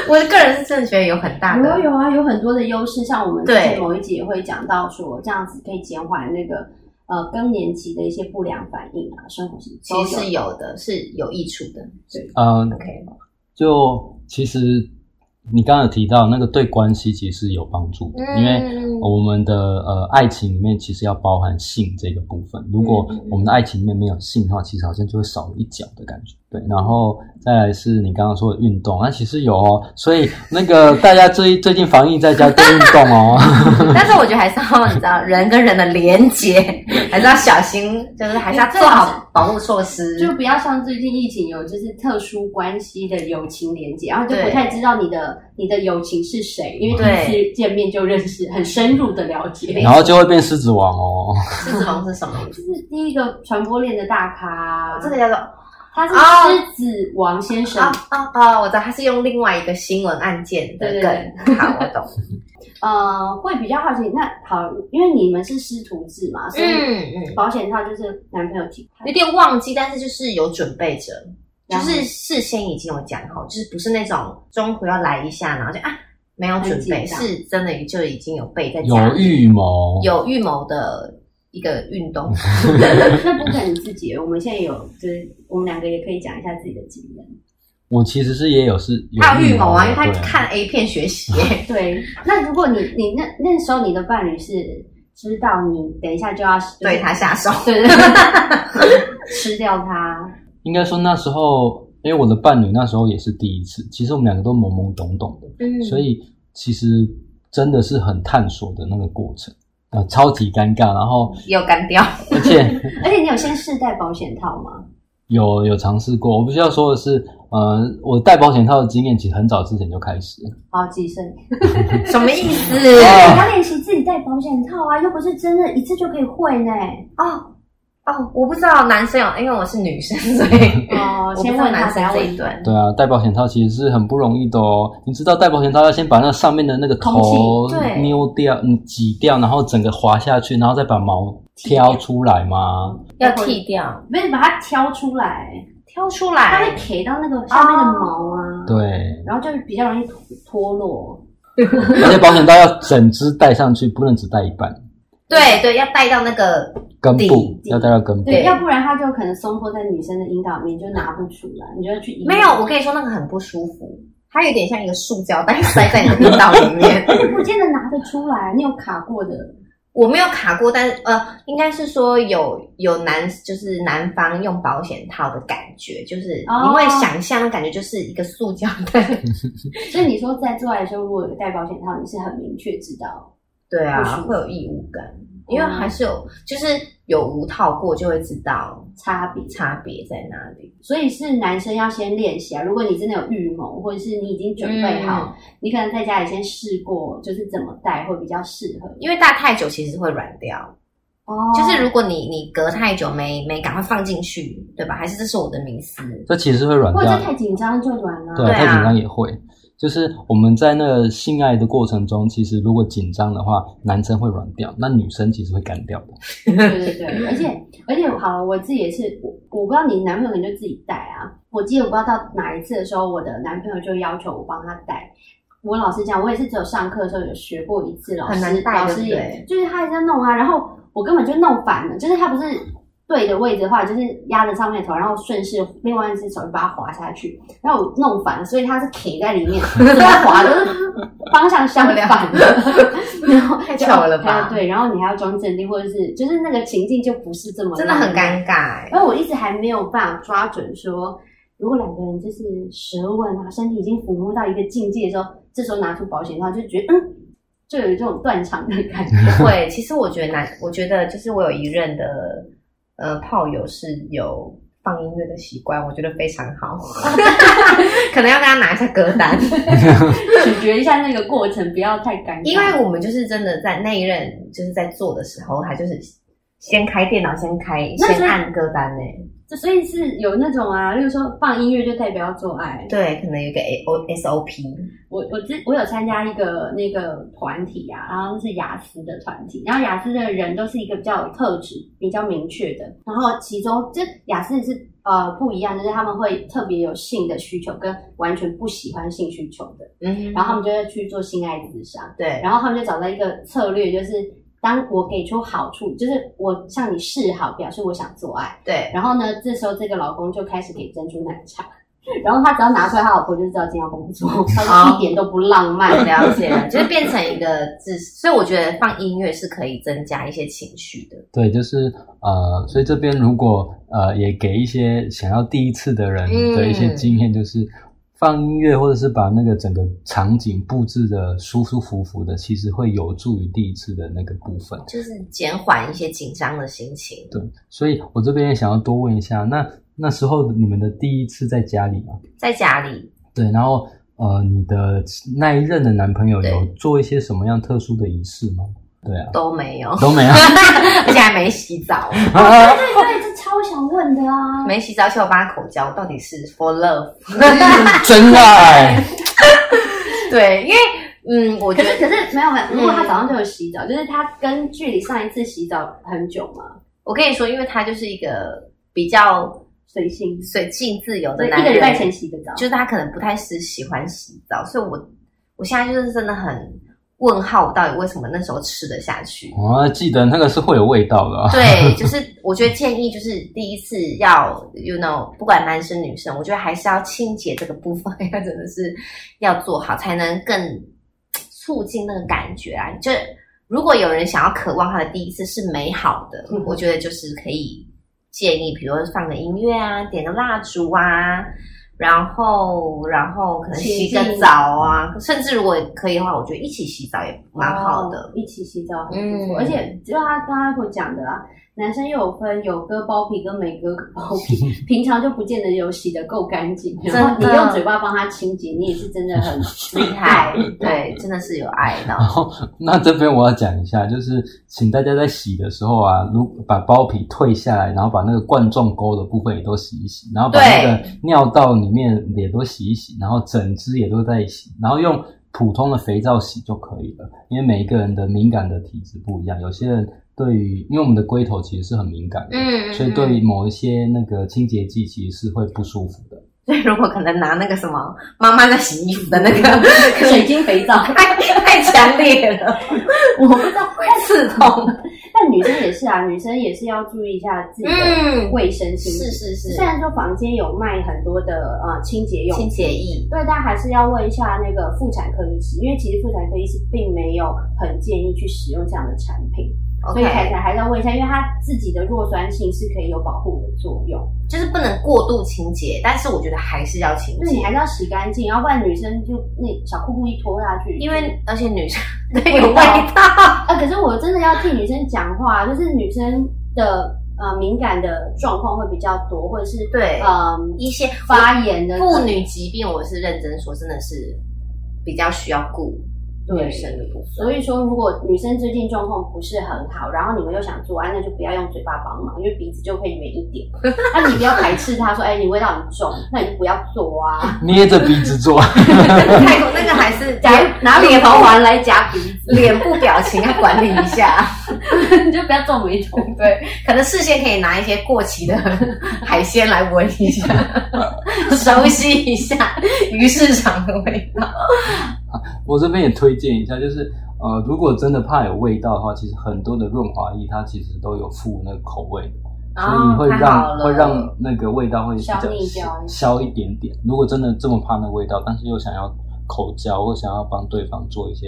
D: 我个人是真的觉得有很大
B: 有啊
D: 的。
B: 有啊，有很多的优势，像我们之
D: 嗯对
B: 前某一集也会讲到说，这样子可以减缓那个呃更年期的一些不良反应啊，生活习
D: 其
B: 惯
D: 实是有的，是有益处的。
C: 嗯、
D: OK，
C: 就其实你刚刚有提到那个对关系其实有帮助的，因为
D: 嗯
C: 我们的呃爱情里面其实要包含性这个部分，如果
D: 嗯嗯嗯
C: 我们的爱情里面没有性的话，其实好像就会少了一角的感觉。对，然后再来是你刚刚说的运动，那、其实有哦，所以那个大家最最近防疫在家多运动 哦。
D: 但是我觉得还是要你知道，人跟人的连接还是要小心，就是还是要哎做好保护措施。
B: 就不要像最近疫情有就是特殊关系的友情连接，然后就不
D: 对
B: 太知道你的你的友情是谁，因为第一
D: 对
B: 次见面就认识，很深入的了解。
C: 然后就会变狮子王哦，
D: 狮子王是什么？
B: 就是第一个传播链的大咖，
D: 这个叫做
B: 他
D: 哦
B: 是狮子王先生。
D: 啊啊啊！我知道，他是用另外一个新闻案件的
B: 对对
D: 梗。 好，我懂。啊
B: 呃，会比较好奇。那好，因为你们是师徒制嘛，所以
D: 嗯嗯，
B: 保险套就是男朋友提
D: 有点忘记，但是就是有准备着，就
B: 然后
D: 是事先已经有讲好，就是不是那种中途要来一下，然后就啊没有准备，
B: 很紧张
D: 是真的就已经有备在
C: 有
D: 家里
C: 预谋，
D: 有预谋的一个运 动。
B: 那不可你自己，我们现在有，就是我们两个也可以讲一下自己的经验。
C: 我其实是也有是有
D: 他有预谋啊，因
C: 的
D: 为他
C: 对
D: 看 A 片学习。
B: 对，那如果你你那那时候你的伴侣是知道你等一下就要
D: 对他下手。
B: 对对 对吃掉它，
C: 应该说那时候，因为我的伴侣那时候也是第一次，其实我们两个都懵懵懂懂的，
D: 嗯
C: 所以其实真的是很探索的那个过程，呃，超级尴尬。然 后，
D: 也有干掉。
C: 而且
B: 而且你有先试戴保险套吗？
C: 有有尝试过，我必须要说的是，呃，我戴保险套的经验其实很早之前就开始了，
B: 好，几声，
D: 什么意思？
B: 你
C: 哦
B: 要练习自己戴保险套啊，又不是真的一次就可以会呢。
D: 哦哦，我不知道男生有，因为我是女生，所以
B: 哦
D: 我，不
B: 先
D: 知道
B: 问他
D: 男
B: 等
D: 生
B: 下
D: 这
B: 问
D: 一段。
C: 对啊，戴保险套其实是很不容易的哦。你知道戴保险套要先把那上面的那个头
B: 空
D: 气对
C: 扭掉、嗯挤掉，然后整个滑下去，然后再把毛挑出来吗？
D: 要剃掉，
B: 不是把它挑出来，
D: 挑出
B: 它会
D: 来。
B: 给到那个下面的毛啊，
C: 对。
B: 然后就比较容易脱脱落。
C: 而且保险套要整只戴上去，不能只戴一半，
D: 对对，要带到那个
B: 嗯
C: 根部
D: 顶
C: 要戴到根部。
B: 对，
D: 对
B: 要不然它就可能松脱在女生的阴道里面，就拿不出来，你就要去医院
D: 没有。我跟你说，那个很不舒服，它有点像一个塑胶袋塞在你的阴道里面。
B: 不见得拿得出来，你有卡过 的，
D: 我没有卡过，但呃，应该是说有有男就是男方用保险套的感觉，就是
B: 哦
D: 你会想象的感觉就是一个塑胶袋。
B: 所以你说在做爱的时候，如果有戴保险套，你是很明确知道。
D: 对
B: 不舒
D: 啊，
B: 服哦
D: 会有异物感，因为还是有，就是有无套过就会知道
B: 差别，
D: 差别在哪里。
B: 所以是男生要先练习啊。如果你真的有预谋，或者是你已经准备好，你可能在家里先试过，就是怎么戴会比较适合。
D: 因为戴太久其实会软掉，
B: 哦
D: 就是如果你你隔太久没没赶快放进去，对吧？还是这是我的迷思。
C: 这其实会软
B: 或者
C: 掉
B: 是，太紧张就软了。
C: 啊对，
D: 对啊
C: 太紧张也会。就是我们在那个性爱的过程中，其实如果紧张的话，男生会软掉，那女生其实会干掉的。
B: 对对对，而且而且好，我自己也是，我我不知道你男朋友可能就自己带啊。我记得我不知道到哪一次的时候，我的男朋友就要求我帮他带。我老实讲，我也是只有上课的时候有学过一次，老师
D: 很难带
B: 老师也就是他一直在弄啊，然后我根本就弄反了，就是他不是对的位置的话，就是压着上面的头，然后顺势另外一只手就把它滑下去，然后我弄反了，所以它是 K 在里面，怎么滑都是方向相反的，然后
D: 太巧了吧
B: 对，然后你还要装镇定，或者是就是那个情境就不是这么
D: 真的很尴尬、欸。
B: 而我一直还没有办法抓准说，如果两个人就是舌吻啊，身体已经抚摸到一个境界的时候，这时候拿出保险套，就觉得嗯，就有一种断肠的感觉。
D: 不会，其实我觉得男，我觉得就是我有一任的呃炮友是有放音乐的习惯，我觉得非常好， 可能要跟他拿一下歌单。
B: 取决一下那个过程，不要太尴尬。
D: 因为我们就是真的在那一任就是在做的时候，他就是先开电脑，先开
B: 那所以
D: 先按歌单欸呢、
B: 就所以是有那种啊，例如说放音乐就代表要做爱。
D: 对，可能有一个 A O S O P，
B: 我我之我有参加一个那个团体啊，然后是雅思的团体，然后雅思的人都是一个比较有特质、比较明确的，然后其中这雅思是呃不一样，就是他们会特别有性的需求，跟完全不喜欢性需求的，
D: 嗯，
B: 然后他们就会去做性爱咨商。
D: 对，
B: 然后他们就找到一个策略，就是当我给出好处，就是我向你示好，表示我想做爱。
D: 对，
B: 然后呢，这时候这个老公就开始给珍珠奶茶， 然后他只要拿出来，他老婆就知道今天要工 作，他就一点都不浪漫。
D: 蛮了解了，就是变成一个自，所以我觉得放音乐是可以增加一些情绪的。
C: 对，就是呃，所以这边如果呃也给一些想要第一次的人
D: 嗯
C: 的一些经验，就是放音乐或者是把那个整个场景布置的舒舒服服的，其实会有助于第一次的那个部分。
D: 就是减缓一些紧张的心情。
C: 对，所以我这边也想要多问一下，那那时候你们的第一次在家里嘛？
D: 在家里，
C: 对，然后呃，你的那一任的男朋友
D: 对
C: 有做一些什么样特殊的仪式吗？对 啊，
D: 都没有，
C: 都没有。
D: 而且还没洗澡，
B: 对对对，这超想问的啊！
D: 没洗澡，而且我帮他口交，到底是 for love？
C: 真爱，
D: 对，因为嗯，我
B: 可
D: 觉
B: 是
D: 得
B: 可是没有没有，如果他
D: 嗯
B: 早上就有洗澡，就是他跟距离上一次洗澡很久嘛，
D: 我跟你说，因为他就是一个比较
B: 随性，
D: 随性自由
B: 所
D: 的
B: 以
D: 男
B: 一个
D: 人，
B: 礼拜前洗的澡。
D: 就是他可能不太是喜欢洗澡，所以我我现在就是真的很问号，我到底为什么那时候吃得下去？
C: 我还记得那个是会有味道的、啊。
D: 对，就是我觉得建议就是第一次要，you know，不管男生女生，我觉得还是要清洁这个部分，要真的是要做好，才能更促进那个感觉啊。就如果有人想要渴望他的第一次是美好的，
B: 嗯
D: 我觉得就是可以建议，比如说放个音乐啊，点个蜡烛啊。然后，然后可能洗
B: 亲
D: 个
B: 近
D: 澡
B: 嗯
D: 啊，甚至如果可以的话，我觉得一起洗澡也蛮好的。
B: 哦一起洗澡很不
D: 嗯
B: 错。而且就像他刚刚我讲的啊，男生又有分有割包皮跟没割包 皮，平常就不见得有洗的够干净，然后你
D: 真的
B: 用嘴巴帮他清洁，你也是真的很
D: 厉 害，对，真的是有爱到。
C: 然后，那这边我要讲一下，就是请大家在洗的时候啊，如把包皮退下来，然后把那个冠状沟的部分也都洗一洗，然后把那个尿道里面也都洗一洗，然后整只也都在洗，然后用普通的肥皂洗就可以了。因为每一个人的敏感的体质不一样，有些人对于因为我们的龟头其实是很敏感的，
D: 嗯，
C: 所以对于某一些那个清洁剂其实是会不舒服的。
D: 所以如果可能拿那个什么妈妈在洗衣服的那个， 可
B: 水
D: 能
B: 晶肥 皂。
D: 太太强烈了，
B: 我不知道，
D: 会刺痛。
B: 但女生也是啊，女生也是要注意一下自己的
D: 嗯，
B: 卫生性。
D: 是是是
B: 虽，然说房间有卖很多的呃清洁用
D: 清
B: 品，
D: 洁液，
B: 对，但还是要问一下那个妇产科医师，因为其实妇产科医师并没有很建议去使用这样的产品。所以还
D: OK，
B: 是还是要问一下，因为它自己的弱酸性是可以有保护的作用，
D: 就是不能过度清洁，但是我觉得还是要清
B: 就是你
D: 洁
B: 还，是要洗干净，要不然女生就那小裤裤一脱下去，
D: 因为而且 女生对
B: 味
D: 有味
B: 道
D: 道，
B: 啊，可是我真的要替女生讲话，就是女生的呃敏感的状况会比较多，或者是
D: 对
B: 呃
D: 一些
B: 发炎的
D: 妇女疾病，我是认真说，真的是比较需要顾
B: 对
D: 女生的部分。
B: 所以说，如果女生最近状况不是很好，然后你们又想做爱，哎那就不要用嘴巴帮忙，因为鼻子就会远一 点。那你不要排斥她说，哎、你味道很重，那你就不要做 啊。
C: 捏着鼻子做，
D: 泰国那个还是
B: 夹拿
D: 脸
B: 脸头环来夹鼻子，
D: 脸部表情要管理一下。
B: 你就不要皱眉头。
D: 对，可能事先可以拿一些过期的海鲜来闻一 下，熟悉一下鱼市场的味道。
C: 我这边也推荐一下，就是呃，如果真的怕有味道的话，其实很多的润滑液它其实都有附那个口味的，所以会
B: 哦太好
C: 让
B: 了
C: 会让那个味道会比较
B: 消腻掉一
C: 消一点点。如果真的这么怕那味道，但是又想要口交或想要帮对方做一些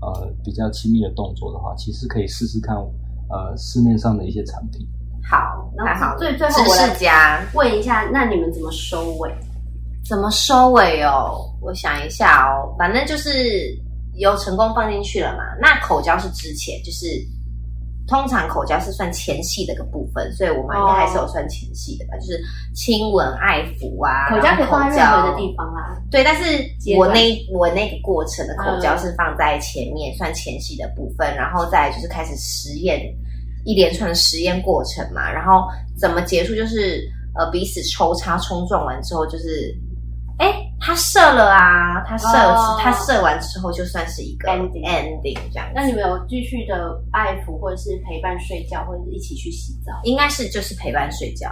C: 呃比较亲密的动作的话，其实可以试试看呃市面上的一些产品。
B: 好，
D: 太
B: 那
D: 好了
B: 最最后
D: 知
B: 我来
D: 识家
B: 问一下，那你们怎么收尾？
D: 怎么收尾哦？我想一下哦，反正就是有成功放进去了嘛。那口交是之前，就是通常口交是算前戏的一个部分，所以我们应该还是有算前戏的吧，就是亲吻、爱抚啊，
B: 口交可以放在任何的
D: 方。
B: 地方啦。
D: 对，但是
B: 阶
D: 我
B: 段
D: 那我那个过程的口交
B: 嗯
D: 是放在前面，算前戏的部分，然后再来就是开始实验一连串的实验过程嘛，然后怎么结束就是呃彼此抽插冲撞完之后就是，哎，他射了啊，他射、
B: 哦
D: 他射完之后就算是一个
B: Ending
D: ending 这样子，
B: 那你们有继续的爱抚，或者是陪伴睡觉，或者是一起去洗澡？
D: 应该是就是陪伴睡觉，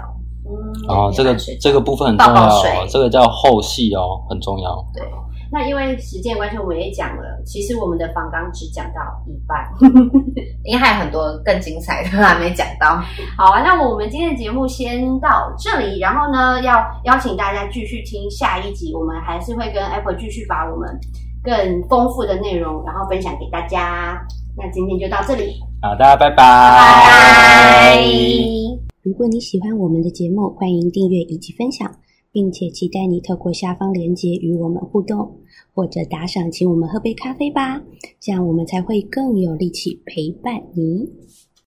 B: 嗯，
C: 哦，这个
D: 水
C: 这个部分很重要
D: 抱抱水
C: 哦，这个叫后戏哦，很重要。
B: 那因为时间关系，我们也讲了，其实我们的访纲只讲到一半。
D: 应该还有很多更精彩的还没讲到。
B: 好啊，那我们今天的节目先到这里，然后呢，要邀请大家继续听下一集，我们还是会跟 Apple 继续把我们更丰富的内容，然后分享给大家。那今天就到这里，
C: 好，大家拜拜。
B: 拜
A: 如果你喜欢我们的节目，欢迎订阅以及分享，并且期待你透过下方链接与我们互动，或者打赏请我们喝杯咖啡吧，这样我们才会更有力气陪伴你。